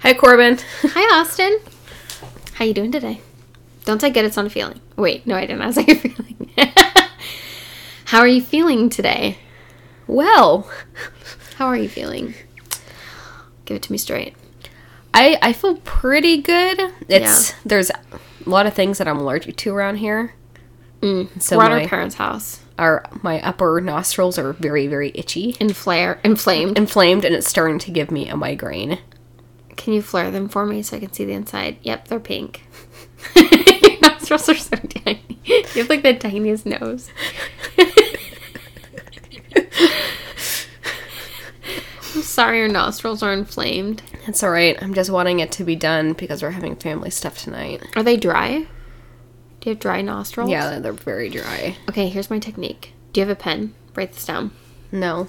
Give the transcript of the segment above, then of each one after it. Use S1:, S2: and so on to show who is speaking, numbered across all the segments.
S1: Hi, Corbin.
S2: Hi, Austin. How you doing today? Don't I get it's on a feeling? Wait, no, I didn't. I was like a feeling. How are you feeling today?
S1: Well,
S2: How are you feeling? Give it to me straight.
S1: I I feel pretty good. It's
S2: Yeah.
S1: there's a lot of things that I'm allergic to around here.
S2: Mm.
S1: So
S2: We're at
S1: my-
S2: our parents' house.
S1: Our my upper nostrils are very very itchy,
S2: And flare, inflamed.
S1: inflamed, and it's starting to give me a migraine.
S2: Can you flare them for me so I can see the inside? Yep, they're pink. Your nostrils are so tiny. You have like the tiniest nose. I'm sorry your nostrils are inflamed.
S1: It's all right. I'm just wanting it to be done because we're having family stuff tonight.
S2: Are they dry? Do you have dry nostrils?
S1: Yeah, they're very dry.
S2: Okay, here's my technique. Do you have a pen? Write this down.
S1: No.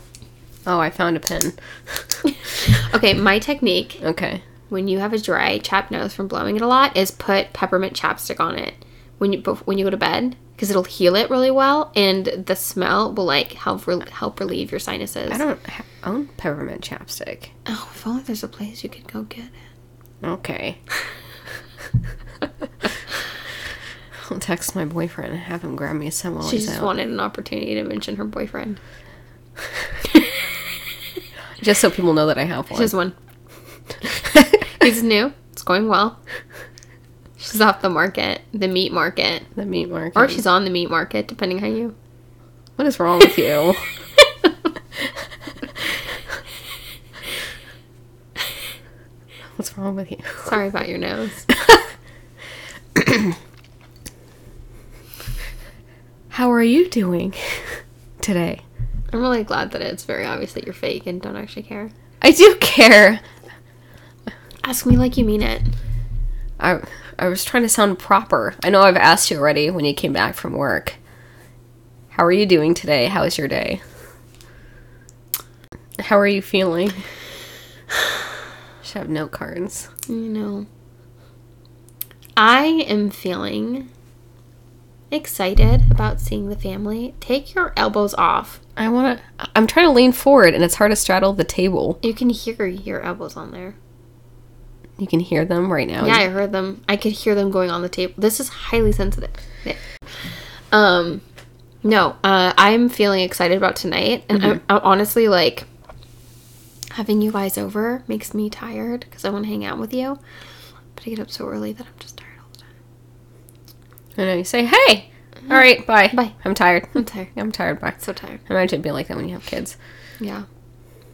S1: Oh, I found a pen.
S2: Okay, my technique
S1: Okay.
S2: when you have a dry, chapped nose from blowing it a lot is put peppermint chapstick on it when you bef- when you go to bed because it'll heal it really well and the smell will like help rel help relieve your sinuses.
S1: I don't ha- own peppermint chapstick.
S2: Oh, if only there's a place you could go get it.
S1: Okay. I'll text my boyfriend and have him grab me some while
S2: She
S1: he's
S2: just
S1: out.
S2: wanted an opportunity to mention her boyfriend.
S1: just so people know that I have one.
S2: She's one. He's new. It's going well. She's off the market, the meat market,
S1: the meat market.
S2: or she's on the meat market, depending how you.
S1: what is wrong with you? What's wrong with you?
S2: Sorry about your nose.
S1: How are you doing today?
S2: I'm really glad that it's very obvious that you're fake and don't actually care.
S1: I do care.
S2: Ask me like you mean it.
S1: I I was trying to sound proper. I know I've asked you already when you came back from work. How are you doing today? How was your day? How are you feeling? Should have note cards.
S2: You know. I am feeling excited about seeing the family. Take your elbows off.
S1: I want to. I'm trying to lean forward, and it's hard to straddle the table.
S2: You can hear your elbows on there.
S1: You can hear them right now.
S2: Yeah, I heard them. I could hear them going on the table. This is highly sensitive. Um, no, uh, I'm feeling excited about tonight, and I'm, I'm honestly like having you guys over makes me tired because I want to hang out with you, but I get up so early that I'm just tired all the time.
S1: I know. You say, "Hey, all right, bye,
S2: Bye.
S1: I'm tired.
S2: I'm tired.
S1: I'm tired. Bye."
S2: So tired.
S1: Imagine it being like that when you have kids.
S2: Yeah.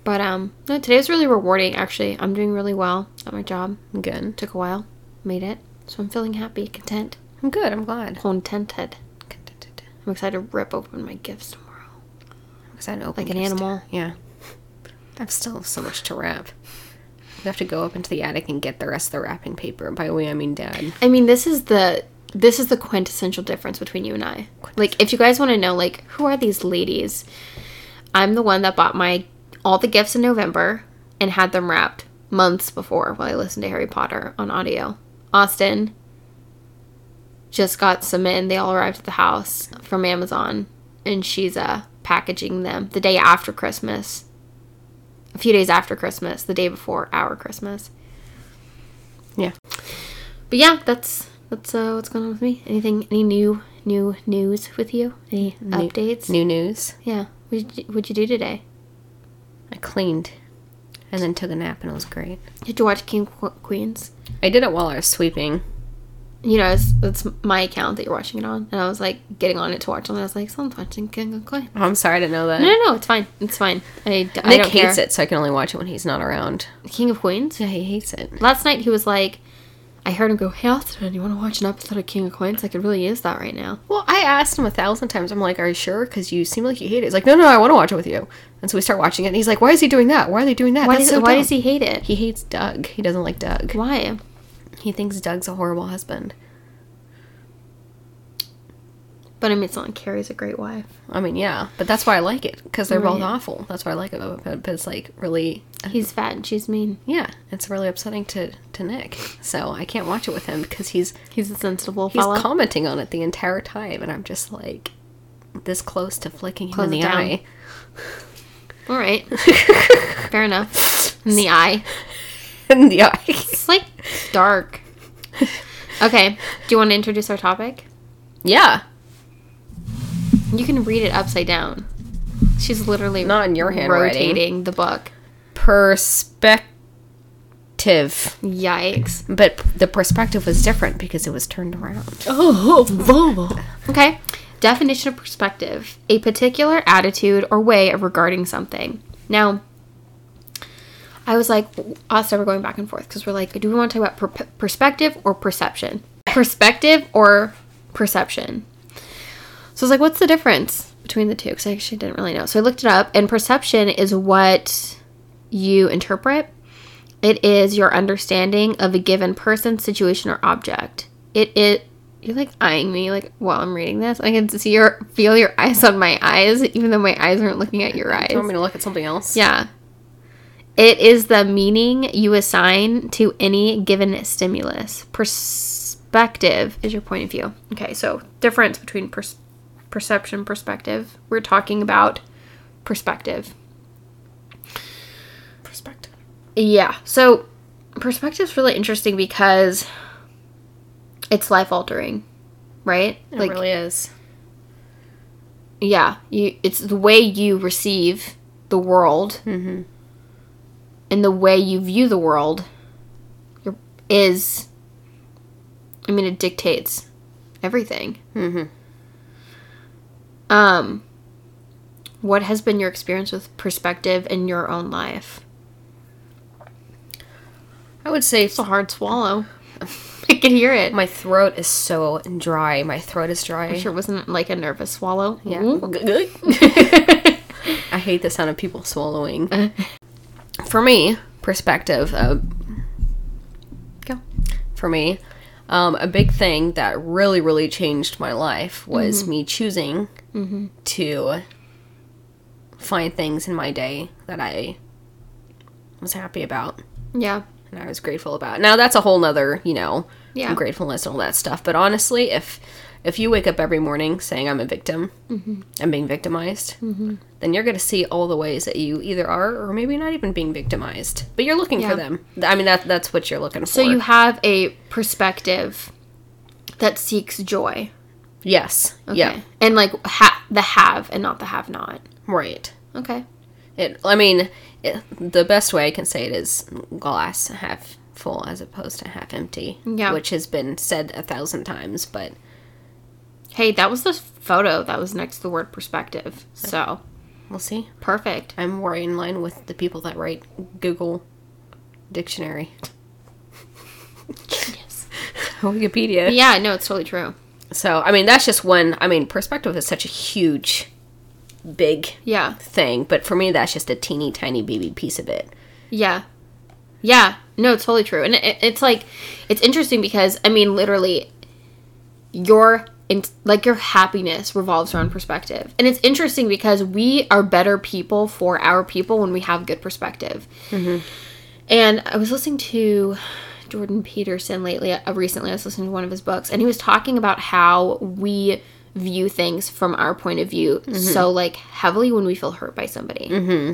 S2: But um, no, today was really rewarding. Actually, I'm doing really well at my job.
S1: I'm good.
S2: Took a while, made it, so I'm feeling happy, content,
S1: I'm good. I'm glad.
S2: contented. I'm excited to rip open my gifts tomorrow.
S1: Because I know
S2: Like an animal.
S1: Yeah. I have still so much to wrap. I have to go up into the attic and get the rest of the wrapping paper. By we, I mean dad.
S2: I mean, this is the this is the quintessential difference between you and I. Like, if you guys want to know, like, who are these ladies? I'm the one that bought my all the gifts in November and had them wrapped months before while I listened to Harry Potter on audio. Austin just got some in. They all arrived at the house from Amazon, and she's uh packaging them the day after Christmas. A few days after Christmas, the day before our Christmas.
S1: Yeah.
S2: But yeah, that's that's uh, what's going on with me. Anything? Any new new news with you? Any updates?
S1: New news.
S2: Yeah. What did you, what'd you do today?
S1: I cleaned and then took a nap, and it was great.
S2: Did you watch King Qu- Queens?
S1: I did it while I was sweeping.
S2: You know, it's, it's my account that you're watching it on, and I was like getting on it to watch, and I was like, someone's watching King of Queens.
S1: Oh, I'm sorry I didn't know that.
S2: No, no, no, it's fine. It's fine. I, d- I
S1: Nick
S2: don't
S1: hates
S2: care.
S1: it, so I can only watch it when he's not around.
S2: King of Queens.
S1: Yeah, he hates it.
S2: Last night he was like, I heard him go, "Hey Austin, you want to watch an episode of King of Queens? I could really use that right now."
S1: Well, I asked him a thousand times. I'm like, "Are you sure? Because you seem like you hate it." He's like, "No, no, I want to watch it with you." And so we start watching it, and he's like, "Why is he doing that? Why are they doing that?
S2: Why,
S1: That's
S2: does,
S1: so
S2: why
S1: dumb."
S2: does he hate it?
S1: He hates Doug. He doesn't like Doug.
S2: Why?
S1: He thinks Doug's a horrible husband.
S2: But I mean, it's not like Carrie's a great wife.
S1: I mean, yeah, but that's why I like it because they're both
S2: Right.
S1: awful. That's what I like about it. But, but it's like really,
S2: He's fat and she's mean.
S1: yeah, it's really upsetting to to Nick. So I can't watch it with him because he's
S2: He's a sensible
S1: he's
S2: fellow.
S1: commenting on it the entire time, and I'm just like this close to flicking him
S2: Close
S1: in
S2: it
S1: the
S2: down.
S1: eye.
S2: All right. Fair enough. In the eye.
S1: in the eye.
S2: It's like dark. Okay. Do you want to introduce our topic?
S1: yeah.
S2: You can read it upside down. She's literally
S1: Not in your handwriting.
S2: rotating the book.
S1: Perspective.
S2: Yikes.
S1: But p- the perspective was different because it was turned around.
S2: Oh, Okay. Definition of perspective a particular attitude or way of regarding something. Now, I was like, us and I were going back and forth because we're like, do we want to talk about per- perspective or perception? Perspective or perception? So I was like, what's the difference between the two? Because I actually didn't really know. So I looked it up, and perception is what you interpret. It is your understanding of a given person, situation, or object. It it you're like eyeing me like while I'm reading this. I can see your feel your eyes on my eyes, even though my eyes aren't looking at your eyes.
S1: Do you want me to look at something else?
S2: Yeah. It is the meaning you assign to any given stimulus. Perspective is your point of view. Okay, so difference between pers- perception perspective. We're talking about perspective.
S1: Perspective.
S2: Yeah. So perspective is really interesting because it's life altering, right?
S1: It really is.
S2: yeah you it's the way you receive the world
S1: Mm-hmm.
S2: and the way you view the world your- is i mean it dictates everything
S1: Mhm.
S2: um what has been your experience with perspective in your own life
S1: I would say
S2: it's a hard swallow i can hear it
S1: my throat is so dry. My throat is dry.
S2: i'm sure it wasn't like a nervous swallow
S1: Yeah.
S2: Mhm.
S1: I hate the sound of people swallowing. For me, perspective. Uh, go. For me, um, a big thing that really, really changed my life was me choosing Mm-hmm. to find things in my day that I was happy about
S2: yeah
S1: and I was grateful about. Now that's a whole nother, you know,
S2: Yeah.
S1: yeah. gratefulness and all that stuff. But honestly, if if you wake up every morning saying I'm a victim,
S2: Mm-hmm.
S1: I'm being victimized, then you're going to see all the ways that you either are or maybe not even being victimized, but you're looking
S2: Yeah.
S1: for them. I mean, that that's what you're looking
S2: so
S1: for.
S2: you have a perspective that seeks joy
S1: yes, yeah,
S2: Okay. And like ha- the have and not the have not.
S1: right.
S2: Okay.
S1: It. I mean, it, the best way I can say it is glass half full as opposed to half empty.
S2: Yeah.
S1: which has been said a thousand times, but
S2: Hey, that was the photo that was next to the word perspective. So
S1: we'll see.
S2: perfect.
S1: I'm more in line with the people that write Google Dictionary. Wikipedia.
S2: Yeah, no, it's totally true.
S1: So, I mean, that's just one. I mean, perspective is such a huge, big
S2: Yeah.
S1: thing, but for me, that's just a teeny tiny baby piece of it.
S2: Yeah. Yeah. No, it's totally true. And it, it's like, it's interesting because, I mean, literally, your. In, like your happiness revolves around perspective and it's interesting because we are better people for our people when we have good perspective And I was listening to Jordan Peterson lately. Uh, recently, I was listening to one of his books, and he was talking about how we view things from our point of view so like heavily when we feel hurt by somebody.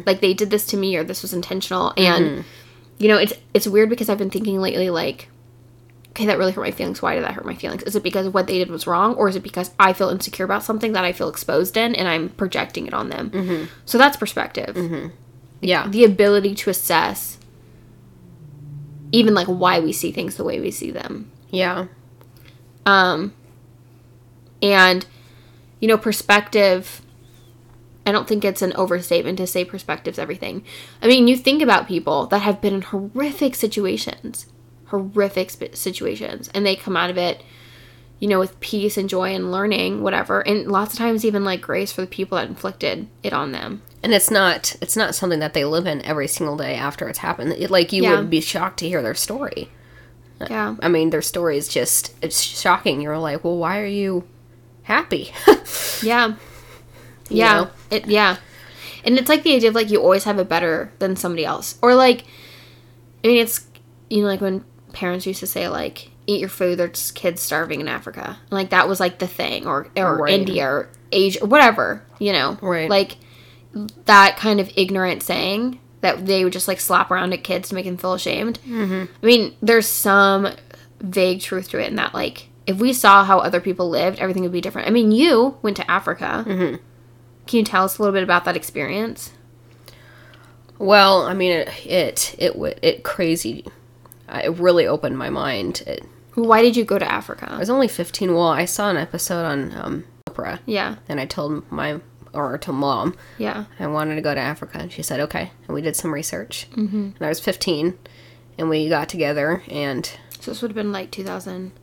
S2: Like they did this to me, or this was intentional, and you know, it's it's weird because I've been thinking lately, like. Okay, that really hurt my feelings. Why did that hurt my feelings? Is it because what they did was wrong, or is it because I feel insecure about something that I feel exposed in and I'm projecting it on them? So that's perspective
S1: Yeah.
S2: the ability to assess even like why we see things the way we see them
S1: Yeah.
S2: um and you know perspective i don't think it's an overstatement to say perspective's everything i mean you think about people that have been in horrific situations horrific sp- situations and they come out of it you know with peace and joy and learning whatever and lots of times even like grace for the people that inflicted it on them
S1: And it's not it's not something that they live in every single day after it's happened. It, like you
S2: Yeah.
S1: would be shocked to hear their story.
S2: yeah
S1: I mean, their story is just it's shocking. You're like, "Well, why are you happy?"
S2: Yeah. Yeah.
S1: know?
S2: It yeah. And it's like the idea of like you always have it better than somebody else. Or like I mean it's you know like when parents used to say like eat your food there's kids starving in Africa. And, like that was like the thing or or
S1: Right.
S2: India or Asia or whatever, you know.
S1: Right.
S2: Like that kind of ignorant saying that they would just like slap around at kids to make them feel ashamed. I mean, there's some vague truth to it in that like if we saw how other people lived, everything would be different. I mean, you went to Africa. Can you tell us a little bit about that experience?
S1: Well, I mean, it it it, wa- it crazy. I- It really opened my mind. It,
S2: Why did you go to
S1: I
S2: Africa?
S1: was only 15. Well, I saw an episode on um, Oprah,
S2: Yeah,
S1: and I told my or to mom
S2: yeah,
S1: I wanted to go to Africa, and she said okay. And we did some research, mm-hmm. and I was 15, and we got together, and
S2: So this would have been like 2005,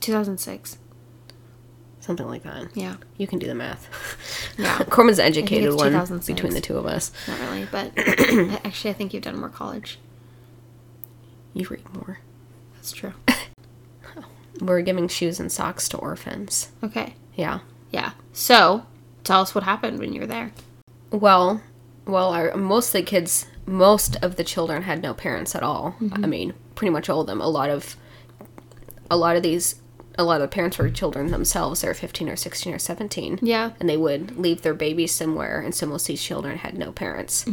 S2: 2006.
S1: something like that.
S2: Yeah,
S1: You can do the math.
S2: Yeah.
S1: Corman's the educated
S2: it's
S1: one
S2: 2006.
S1: between the two of us.
S2: not really, but I- actually, I think you've done more college.
S1: You read more.
S2: That's true.
S1: We're giving shoes and socks to orphans.
S2: Okay.
S1: Yeah.
S2: Yeah. So tell us what happened when you were there.
S1: Well, well, our, most of the kids, most of the children had no parents at all. I mean, pretty much all of them. A lot of, a lot of these, a lot of the parents were children themselves. They're fifteen or sixteen or seventeen,
S2: Yeah.
S1: and they would leave their babies somewhere. And so most of these children had no parents,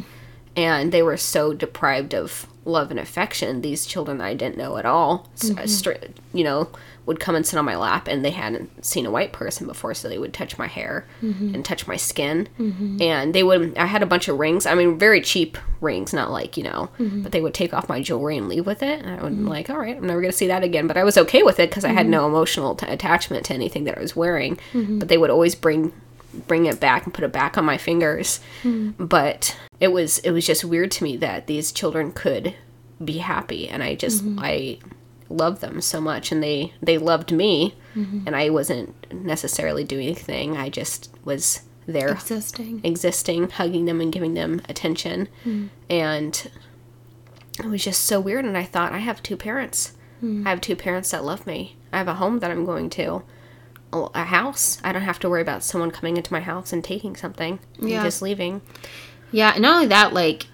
S1: and they were so deprived of love and affection. These children that I didn't know at all, s- uh, str- you know, would come and sit on my lap, and they hadn't seen a white person before, so they would touch my hair and touch my skin, and they would. I had a bunch of rings. I mean, very cheap rings, not like you know, but they would take off my jewelry and leave with it. And I would be like, all right, I'm never gonna see that again. But I was okay with it because I had no emotional t- attachment to anything that I was wearing. But they would always bring bring it back and put it back on my fingers. But it was it was just weird to me that these children could be happy and I just I loved them so much and they they loved me and I wasn't necessarily doing anything. I just was there
S2: Existing.
S1: existing, hugging them and giving them attention. And it was just so weird. And I thought, I have two parents. I have two parents that love me. I have a home that I'm going to, a a house. I don't have to worry about someone coming into my house and taking something
S2: Yeah.
S1: and just leaving.
S2: Yeah. And not only that, like,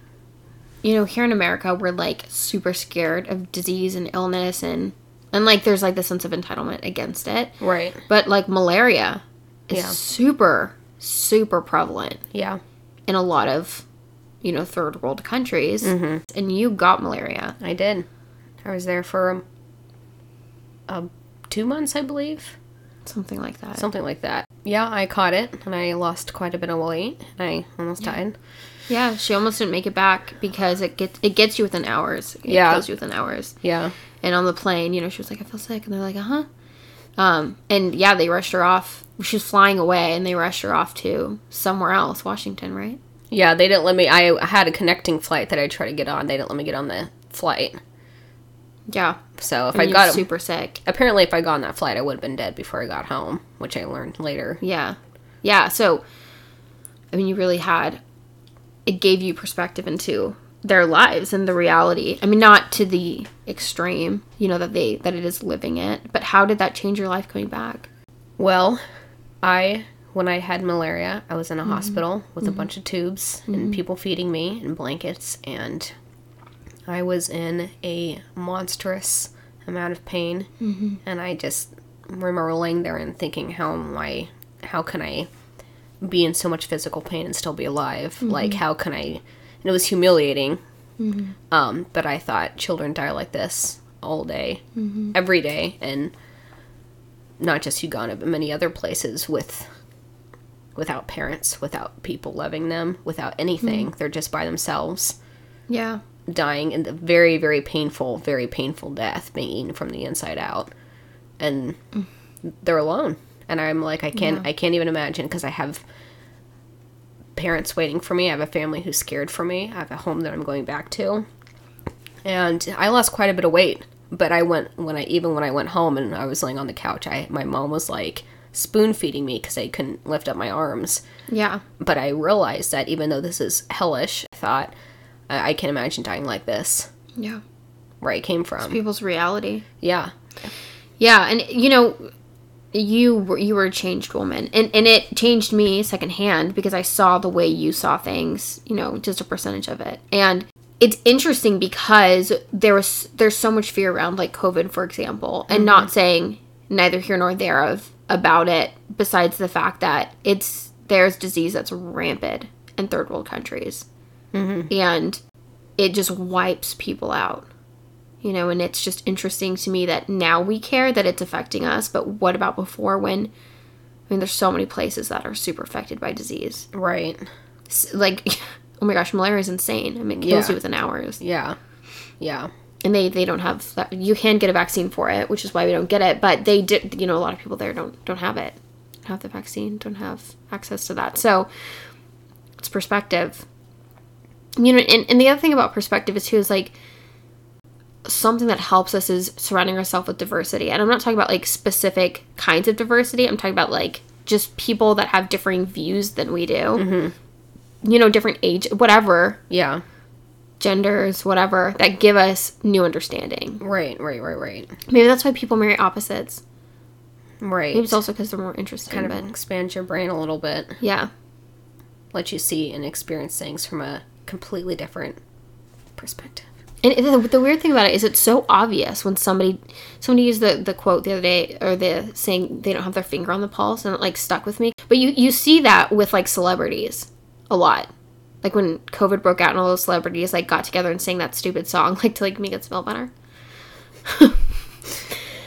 S2: you know, here in America, we're like super scared of disease and illness and. And like, there's like the sense of entitlement against it,
S1: Right.
S2: but like malaria is
S1: Yeah.
S2: super, super prevalent.
S1: Yeah.
S2: in a lot of you know third world countries
S1: Mm-hmm.
S2: and you got malaria
S1: I did. I was there for um, um, two months, I believe.
S2: something like that
S1: Something like that. Yeah, I caught it and I lost quite a bit of weight. and I almost died.
S2: yeah she almost didn't make it back because it gets it gets you within hours it
S1: Yeah.
S2: kills you within hours
S1: Yeah.
S2: and on the plane you know she was like i feel sick and they're like uh-huh um and yeah they rushed her off she was flying away and they rushed her off to somewhere else washington right
S1: Yeah, they didn't let me. I had a connecting flight that I tried to get on. They didn't let me get on the flight.
S2: yeah
S1: So if
S2: And
S1: I
S2: you're
S1: got
S2: super sick
S1: apparently if I got on that flight, I would have been dead before I got home, which I learned later.
S2: Yeah. Yeah. So, I mean, you really had, it gave you perspective into their lives and the reality. I mean, not to the extreme, you know, that they, that it is living it, but how did that change your life coming back?
S1: Well, I when I had malaria, I was in a hospital with a bunch of tubes and people feeding me and blankets, and I was in a monstrous amount of pain, and I just remember laying there and thinking, how am I? How can I be in so much physical pain and still be alive? Like, how can I? And it was humiliating. Um, but I thought children die like this all day, every day, and not just Uganda, but many other places with without parents, without people loving them, without anything. They're just by themselves,
S2: Yeah.
S1: dying in the very, very painful, very painful death, being eaten from the inside out, and they're alone. And I'm like, I can't, I can't even imagine because I have parents waiting for me. I have a family who's scared for me. I have a home that I'm going back to, and I lost quite a bit of weight. But I went when I even when I went home and I was laying on the couch. I my mom was like spoon feeding me because I couldn't lift up my arms.
S2: Yeah.
S1: But I realized that even though this is hellish, I thought I, I can't imagine dying like this
S2: Yeah.
S1: where I came from.
S2: People's reality.
S1: Yeah,
S2: Yeah. And, you know, you were, you were a changed woman and, and it changed me secondhand because I saw the way you saw things, you know, just a percentage of it. And it's interesting because there was there's so much fear around like COVID, for example, and not saying neither here nor there of about it, besides the fact that it's there's disease that's rampant and third world countries. And it just wipes people out. You know, and it's just interesting to me that now we care that it's affecting us, but what about before when I mean there's so many places that are super affected by disease.
S1: Right.
S2: S- Like oh my gosh, malaria is insane. I mean, it kills
S1: Yeah.
S2: you within hours
S1: Yeah. Yeah.
S2: and they they don't have that. you can get a vaccine for it which is why we don't get it but they did you know a lot of people there don't don't have it don't have the vaccine don't have access to that so it's perspective you know and, and the other thing about perspective is too is like something that helps us is surrounding ourselves with diversity and i'm not talking about like specific kinds of diversity i'm talking about like just people that have differing views than we do you know different age whatever
S1: Yeah.
S2: genders whatever that give us new understanding
S1: Right. Right. Right. Right.
S2: Maybe that's why people marry opposites.
S1: Right.
S2: Maybe it's also because they're more interested.
S1: kind
S2: but
S1: of expand your brain a little bit,
S2: yeah,
S1: let you see and experience things from a completely different perspective.
S2: and it, the, the weird thing about it is it's so obvious when somebody somebody used the, the quote the other day or the saying they don't have their finger on the pulse and it like stuck with me. But you you see that with like celebrities a lot. Like when COVID broke out and all those celebrities like got together and sang that stupid song like to like make it smell better.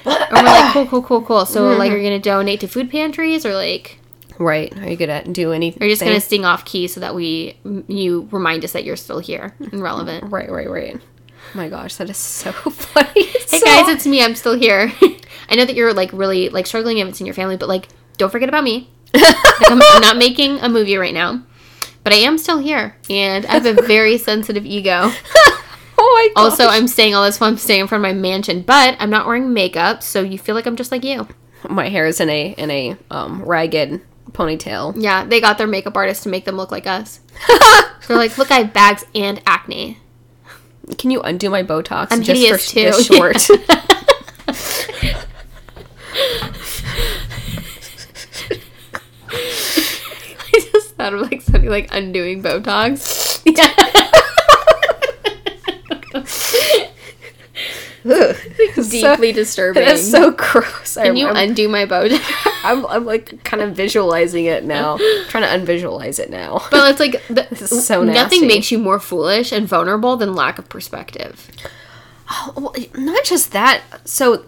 S2: and we're like cool cool cool cool. So like
S1: Mm-hmm.
S2: are you gonna donate to food pantries or like
S1: Right. Are you good at do anything?
S2: Or just gonna sting off key so that we you remind us that you're still here and relevant.
S1: Right. Right. Right. Oh my gosh, that is so funny.
S2: Hey guys, it's me. I'm still here. I know that you're like really like struggling. You haven't seen your family, but like don't forget about me. Like, I'm, I'm not making a movie right now, but I am still here, and I have a very sensitive ego.
S1: oh my gosh.
S2: Also, I'm staying all this while I'm staying in front of my mansion, but I'm not wearing makeup, so you feel like I'm just like you.
S1: my hair is in a in a um, ragged ponytail.
S2: Yeah, they got their makeup artist to make them look like us. They're like, look, I have bags and acne.
S1: Can you undo my Botox
S2: I'm
S1: just for
S2: hideous
S1: sh-
S2: too.
S1: this short?
S2: I just thought of like something like undoing Botox. Yeah.
S1: Ugh. so,
S2: Deeply disturbing.
S1: That's so gross.
S2: Can
S1: I'm,
S2: you
S1: I'm,
S2: undo my Botox?
S1: I'm, I'm like kind of visualizing it now. trying to unvisualize it now.
S2: But it's like the,
S1: is so nasty.
S2: nothing makes you more foolish and vulnerable than lack of perspective.
S1: Well, not just that. So,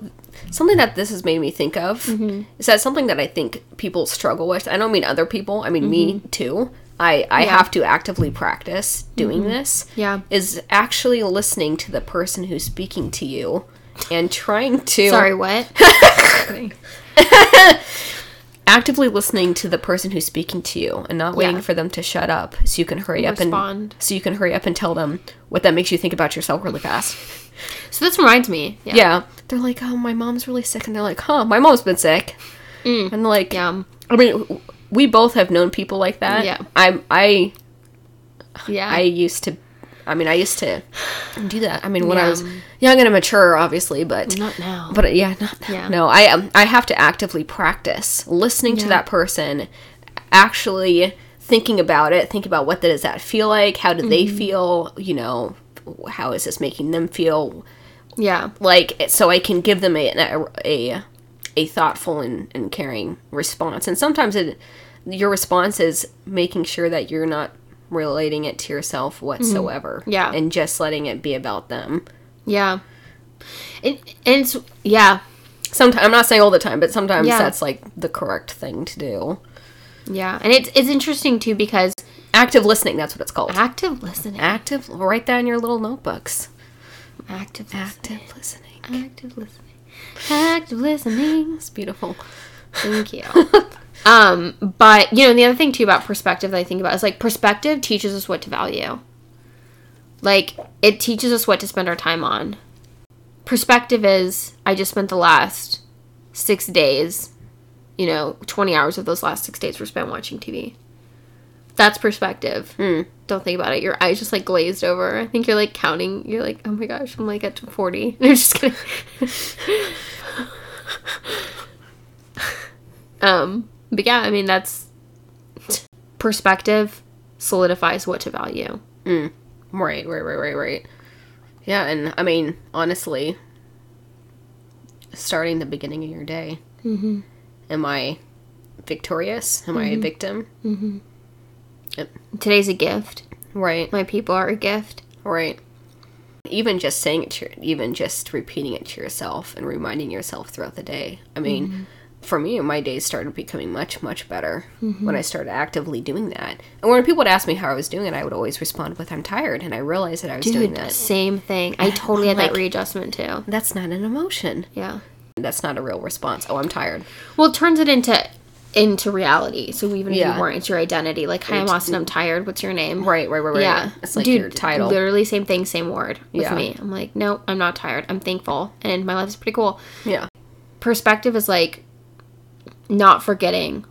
S1: something that this has made me think of
S2: Mm-hmm.
S1: is that something that I think people struggle with. I don't mean other people. I mean me too. I I
S2: Mm-hmm. Yeah. Mm-hmm.
S1: have to actively practice doing this.
S2: Yeah.
S1: is actually listening to the person who's speaking to you and trying to
S2: Sorry, what?
S1: actively listening to the person who's speaking to you and not waiting
S2: Yeah.
S1: for them to shut up so you can hurry up and
S2: Respond.
S1: so you can hurry up and tell them what that makes you think about yourself really fast.
S2: So this reminds me. Yeah.
S1: Yeah. They're like, oh, my mom's really sick. And they're like, huh, my mom's been sick. And like,
S2: Mm. Yeah.
S1: I mean, w- we both have known people like that.
S2: Yeah.
S1: I'm, I,
S2: Yeah.
S1: I used to, I mean, I used to do that. I mean, when I
S2: Yeah.
S1: was young and immature, obviously, but,
S2: Not now.
S1: but uh, yeah, not,
S2: Yeah.
S1: no, I, um, I have to actively practice listening to
S2: Yeah.
S1: that person, actually thinking about it, think about what does that feel like? How do
S2: Mm-hmm.
S1: they feel? You know, how is this making them feel?
S2: yeah.
S1: like so I can give them a a, a, a thoughtful and, and caring response. And sometimes it your response is making sure that you're not relating it to yourself whatsoever.
S2: Yeah.
S1: and just letting it be about them.
S2: Yeah. And, and it's yeah.
S1: Sometimes I'm not saying all the time, but sometimes
S2: Yeah.
S1: that's like the correct thing to do.
S2: Yeah. And it's it's interesting too because
S1: Active listening, that's what it's called.
S2: active listening.
S1: Active, write that in your little notebooks.
S2: Active listening.
S1: Active listening.
S2: Active listening. Active listening.
S1: It's beautiful.
S2: Thank you. um, but you know, the other thing too about perspective that I think about is like perspective teaches us what to value. Like it teaches us what to spend our time on. Perspective is I just spent the last six days, you know, twenty hours of those last six days were spent watching TV. That's perspective. Don't think about it. Your eyes just like glazed over. I think you're like counting. You're like, oh my gosh, I'm like at forty. I'm just kidding. Um, but yeah, I mean that's perspective solidifies what to value.
S1: Right, right, right, right, right. Yeah, and I mean, honestly, starting the beginning of your day, am I victorious? Am I a victim? Yep.
S2: Today's a gift.
S1: Right.
S2: My people are a gift.
S1: Right. Even just saying it to your- even just repeating it to yourself and reminding yourself throughout the day. I mean, for me, my days started becoming much, much better when I started actively doing that. And when people would ask me how I was doing it, I would always respond with, I'm tired. And I realized that I was doing
S2: Dude,
S1: that.
S2: same thing. I totally had that
S1: Like-
S2: readjustment too.
S1: That's not an emotion.
S2: Yeah.
S1: That's not a real response. Oh, I'm tired.
S2: Well, it turns it into into reality. So even if
S1: Yeah. mm.
S2: you weren't, it's your identity. Like, hi, I'm Austin. I'm tired. What's your name?
S1: Right, right, right, right.
S2: Yeah.
S1: It's like
S2: Dude,
S1: your title.
S2: Literally same thing, same word with
S1: Yeah.
S2: me. I'm like, no, I'm not tired. I'm thankful, and my life is pretty cool.
S1: Yeah.
S2: Perspective is like not forgetting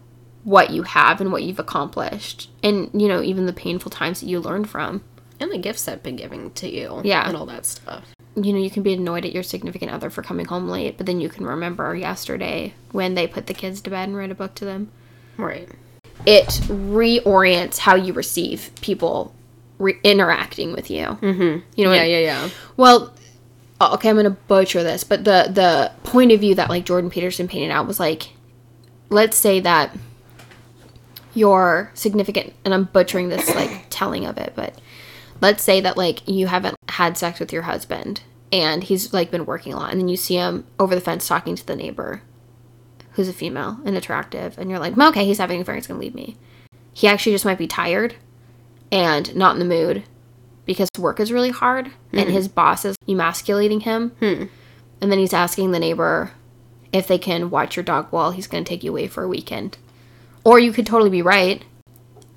S2: what you have and what you've accomplished, and you know even the painful times that you learn from.
S1: And the gifts I've been giving to you.
S2: Yeah.
S1: And all that stuff.
S2: you know, you can be annoyed at your significant other for coming home late, but then you can remember yesterday when they put the kids to bed and read a book to them.
S1: Right.
S2: It reorients how you receive people re- interacting with you. Mm-hmm. You know,
S1: Yeah,
S2: it-
S1: yeah, yeah.
S2: well, oh, okay, I'm gonna butcher this, but the the point of view that like Jordan Peterson painted out was like, let's say that your significant, and I'm butchering this like telling of it, but let's say that like you haven't had sex with your husband and he's like been working a lot, and then you see him over the fence talking to the neighbor, who's a female and attractive, and you're like, "Well, okay, he's having an affair, he's gonna leave me. He actually just might be tired and not in the mood because work is really hard and his boss is emasculating him. And then he's asking the neighbor if they can watch your dog while he's going to take you away for a weekend. Or you could totally be right.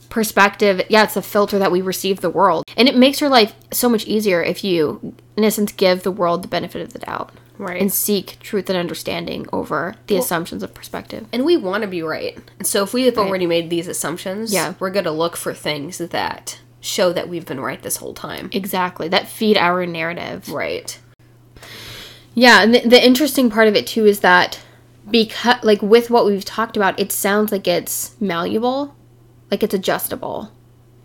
S2: Perspective, yeah, it's a filter that we receive the world. And it makes your life so much easier if you, in essence, give the world the benefit of the doubt
S1: Right.
S2: and seek truth and understanding over the assumptions of perspective.
S1: and we want to be right. So if we have already made these assumptions,
S2: Yeah.
S1: we're going to look for things that show that we've been right this whole time.
S2: Exactly. That feed our narrative.
S1: Right.
S2: Yeah, and the, the interesting part of it too is that because like with what we've talked about, it sounds like it's malleable, like it's adjustable.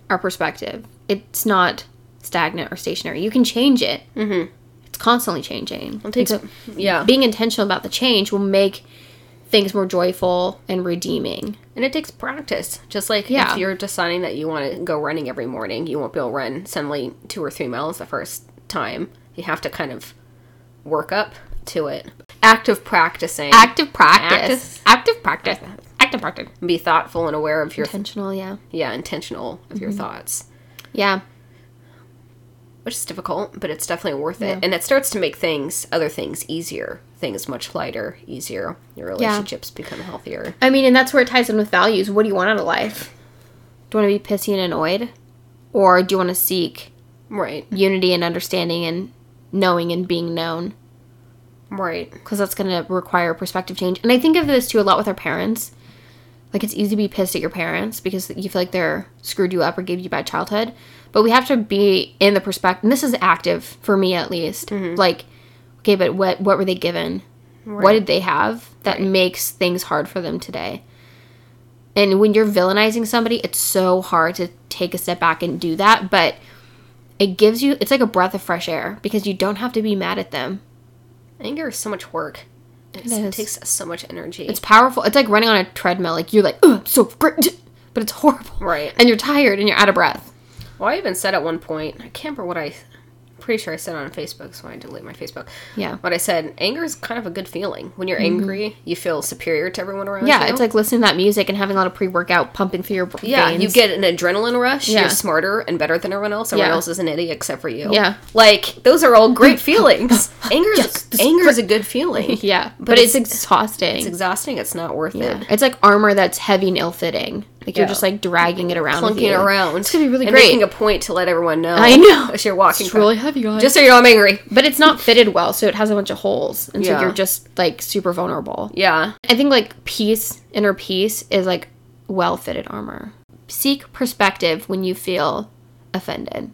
S2: Our perspective, it's not stagnant or stationary. You can change it. Mm-hmm. It's constantly changing.
S1: It takes-
S2: And
S1: yeah.
S2: being intentional about the change will make things more joyful and redeeming.
S1: And it takes practice. Just like
S2: Yeah.
S1: if you're deciding that you want to go running every morning, you won't be able to run suddenly two or three miles the first time. You have to kind of work up to it. Active practicing.
S2: Active practice. Active practice. Active practice.
S1: be thoughtful and aware of your
S2: Intentional. Yeah.
S1: yeah intentional of
S2: Mm-hmm.
S1: your thoughts
S2: Yeah.
S1: which is difficult, but it's definitely worth it. And it starts to make things, other things, easier. Things much lighter, easier. Your relationships become healthier.
S2: I mean, and that's where it ties in with values. What do you want out of life? Do you want to be pissy and annoyed? Or do you want to seek
S1: Right,
S2: unity and understanding and knowing and being known?
S1: right.
S2: Because that's going to require perspective change. And I think of this too a lot with our parents. Like, it's easy to be pissed at your parents because you feel like they're screwed you up or gave you a bad childhood. But we have to be in the perspective, and this is active for me at least. Like, okay, but what, what were they given? What did they have that makes things hard for them today? And when you're villainizing somebody, it's so hard to take a step back and do that, but it gives you it's like a breath of fresh air because you don't have to be mad at them.
S1: Anger is so much work. It's,
S2: It
S1: it,
S2: is.
S1: takes so much energy.
S2: It's powerful. It's like running on a treadmill. Like you're like, "Ugh, I'm so great, but it's horrible.
S1: Right.
S2: And you're tired and you're out of breath.
S1: well, I even said at one point, I can't remember what I. I'm pretty sure I said on Facebook, so I delete my Facebook.
S2: Yeah. Mm-hmm.
S1: But I said anger is kind of a good feeling. When you're angry, you feel superior to everyone around you.
S2: Yeah, it's like listening to that music and having a lot of pre-workout pumping through your b-
S1: Yeah,
S2: veins.
S1: you get an adrenaline rush.
S2: Yeah.
S1: You're smarter and better than everyone else. Everyone
S2: Yeah.
S1: else is an idiot except for you.
S2: Yeah.
S1: like those are all great feelings. Anger,
S2: Yes.
S1: anger is a good feeling.
S2: yeah, but,
S1: but
S2: it's,
S1: it's-
S2: exhausting.
S1: It's exhausting. It's not worth
S2: Yeah.
S1: it.
S2: It's like armor that's heavy and ill-fitting. Like you're
S1: Yeah.
S2: just like dragging it around, with
S1: Clunking
S2: you.
S1: around. It's
S2: gonna be really
S1: and
S2: great.
S1: Making a point to let everyone know.
S2: I know.
S1: as you're walking.
S2: It's
S1: by.
S2: really heavy, guys.
S1: Just so you know, I'm angry.
S2: but it's not fitted well, so it has a bunch of holes, and so
S1: Yeah.
S2: you're just like super vulnerable.
S1: Yeah,
S2: I think like peace, inner peace, is like well-fitted armor. Seek perspective when you feel offended,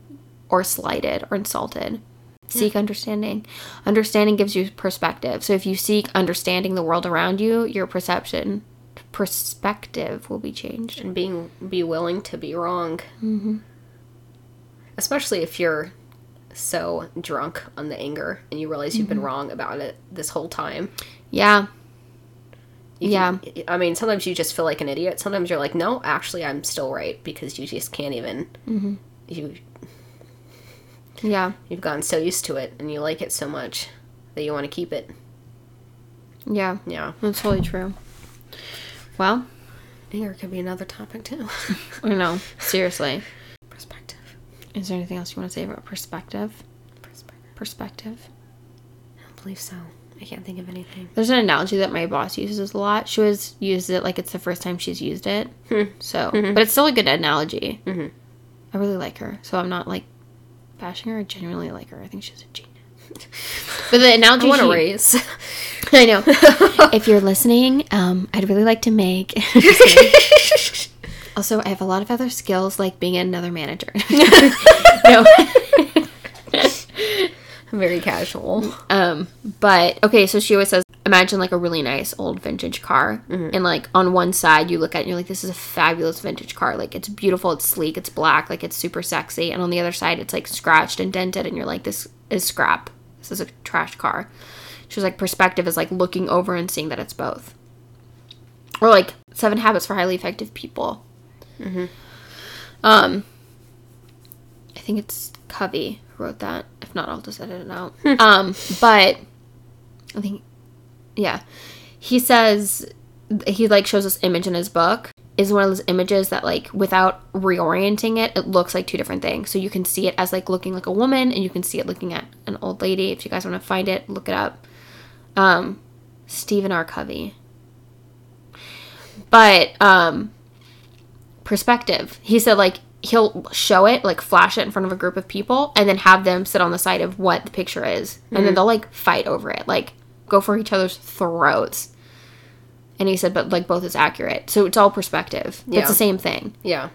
S2: or slighted, or insulted. Seek understanding. Understanding gives you perspective. So if you seek understanding the world around you, your perception perspective will be changed.
S1: and being be willing to be wrong. Mm-hmm. Especially if you're so drunk on Mm-hmm. the anger and you realize you've been wrong about it this whole time.
S2: Yeah.
S1: You
S2: Yeah.
S1: can- I mean, sometimes you just feel like an idiot. Sometimes you're like, no, actually, I'm still right because you just can't even.
S2: Mm-hmm.
S1: You
S2: Yeah.
S1: you've gotten so used to it and you like it so much that you want to keep it.
S2: Yeah.
S1: Yeah,
S2: That's totally true. Well,
S1: anger could be another topic too.
S2: I know. Seriously.
S1: Perspective.
S2: Is there anything else you want to say about perspective?
S1: Perspective.
S2: Perspective.
S1: I don't believe so. I can't think of anything.
S2: There's an analogy that my boss uses a lot. She always uses it like it's the first time she's used it.
S1: Hmm.
S2: So, but it's still a good analogy.
S1: Mhm.
S2: I really like her, so I'm not like bashing her. I genuinely like her. I think she's a genius. But the analogy
S1: I want
S2: she-
S1: to raise.
S2: I know. if you're listening, um, I'd really like to make. also, I have a lot of other skills, like being another manager. no.
S1: Very casual.
S2: Um, but okay, so she always says, imagine like a really nice old vintage car, and like on one side you look at it and you're like, this is a fabulous vintage car. Like it's beautiful, it's sleek, it's black, like it's super sexy, and on the other side it's like scratched and dented, and you're like, this is scrap. This is a trash car. She was like, perspective is like looking over and seeing that it's both. Or like Seven Habits for Highly Effective People. Um, I think it's Covey who wrote that. If not, I'll just edit it out. um, but I think, yeah, he says he like shows this image in his book. Is one of those images that like without reorienting it, it looks like two different things. So you can see it as like looking like a woman, and you can see it looking at an old lady. If you guys want to find it, look it up. Um, Stephen R. Covey. But um, perspective. He said like he'll show it, like flash it in front of a group of people and then have them sit on the side of what the picture is. And then they'll like fight over it, like go for each other's throats. And he said but like both is accurate. So it's all perspective.
S1: Yeah.
S2: It's the same thing.
S1: Yeah.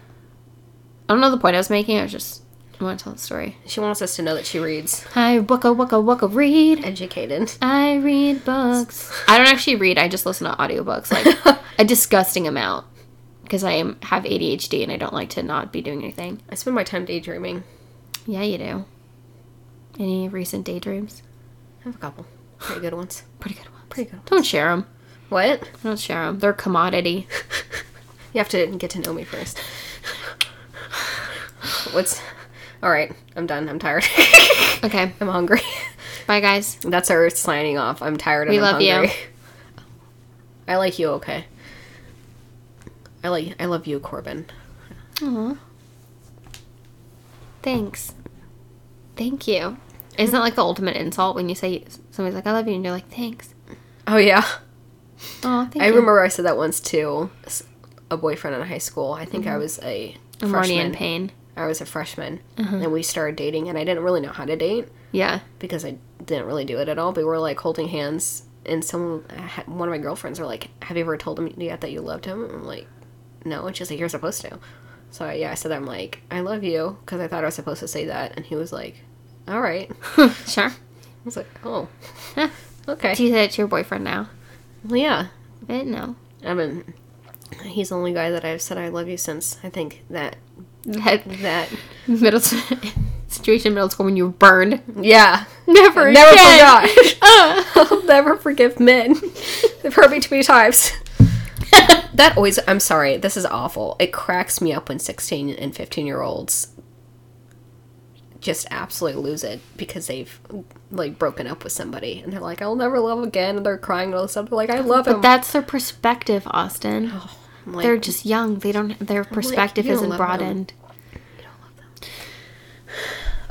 S2: I don't know the point I was making. I was just I want to tell the story.
S1: She wants us to know that she reads.
S2: I waka waka waka read.
S1: Educated.
S2: I read books. I don't actually read. I just listen to audiobooks like a disgusting amount because I am have ADHD and I don't like to not be doing anything.
S1: I spend my time daydreaming.
S2: Yeah, you do. Any recent daydreams?
S1: I have a couple. Pretty good ones.
S2: Pretty good ones.
S1: Pretty good.
S2: Don't share them.
S1: What?
S2: Don't share them. They're a commodity.
S1: You have to get to know me first. What's. Alright, I'm done. I'm tired.
S2: Okay.
S1: I'm hungry.
S2: Bye, guys.
S1: That's our signing off. I'm tired and
S2: We
S1: I'm
S2: love you.
S1: hungry. I like you okay. I like I love you, Corbin.
S2: Aw. Thanks. Thank you. Isn't that like the ultimate insult when you say somebody's like, I love you, and you're like, thanks.
S1: Oh yeah.
S2: Aw, thank
S1: I
S2: you.
S1: remember I said that once to s- a boyfriend in high school. I think I
S2: Mm-hmm.
S1: was a
S2: I'm already
S1: freshman.
S2: in pain.
S1: I was a freshman,
S2: Mm-hmm.
S1: and we started dating, and I didn't really know how to date
S2: Yeah.
S1: because I didn't really do it at all. But we were like holding hands, and someone, I had- one of my girlfriends, were like, "Have you ever told him yet that you loved him?" And I'm like, "No," and she's like, "You're supposed to." So yeah, I said that I'm like, "I love you," because I thought I was supposed to say that, and he was like, "All right." I
S2: sure.
S1: was like, "Oh,
S2: Huh.
S1: okay,
S2: Do you say it to your boyfriend now?
S1: well, yeah."
S2: Eh, no.
S1: I mean, he's the only guy that I've said I love you since. I think that
S2: That
S1: that
S2: middle situation in middle school when you were burned.
S1: yeah.
S2: Never.
S1: Never
S2: again.
S1: forgot.
S2: Ah.
S1: I'll never forgive men. They've hurt me too many times. That always, I'm sorry, this is awful. It cracks me up when 16 and 15 year olds just absolutely lose it because they've like broken up with somebody and they're like, I'll never love again. And they're crying and all this stuff. They're like, I love him.
S2: But that's their perspective, Austin.
S1: I'm like,
S2: They're just young. They don't. Their perspective
S1: you don't
S2: isn't
S1: love them.
S2: broadened.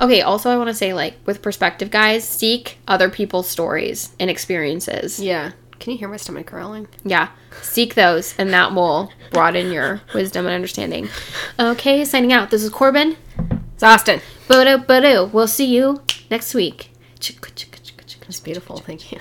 S2: Okay. Also, I want to say, like, with perspective, guys, seek other people's stories and experiences.
S1: yeah. Can you hear my stomach growling?
S2: Yeah, seek those, and that will broaden your wisdom and understanding. Okay, signing out. This is Corbin.
S1: It's Austin.
S2: Bodo, bodo. We'll see you next week. Chicka, chicka, chicka, chicka.
S1: It's beautiful. Thank you.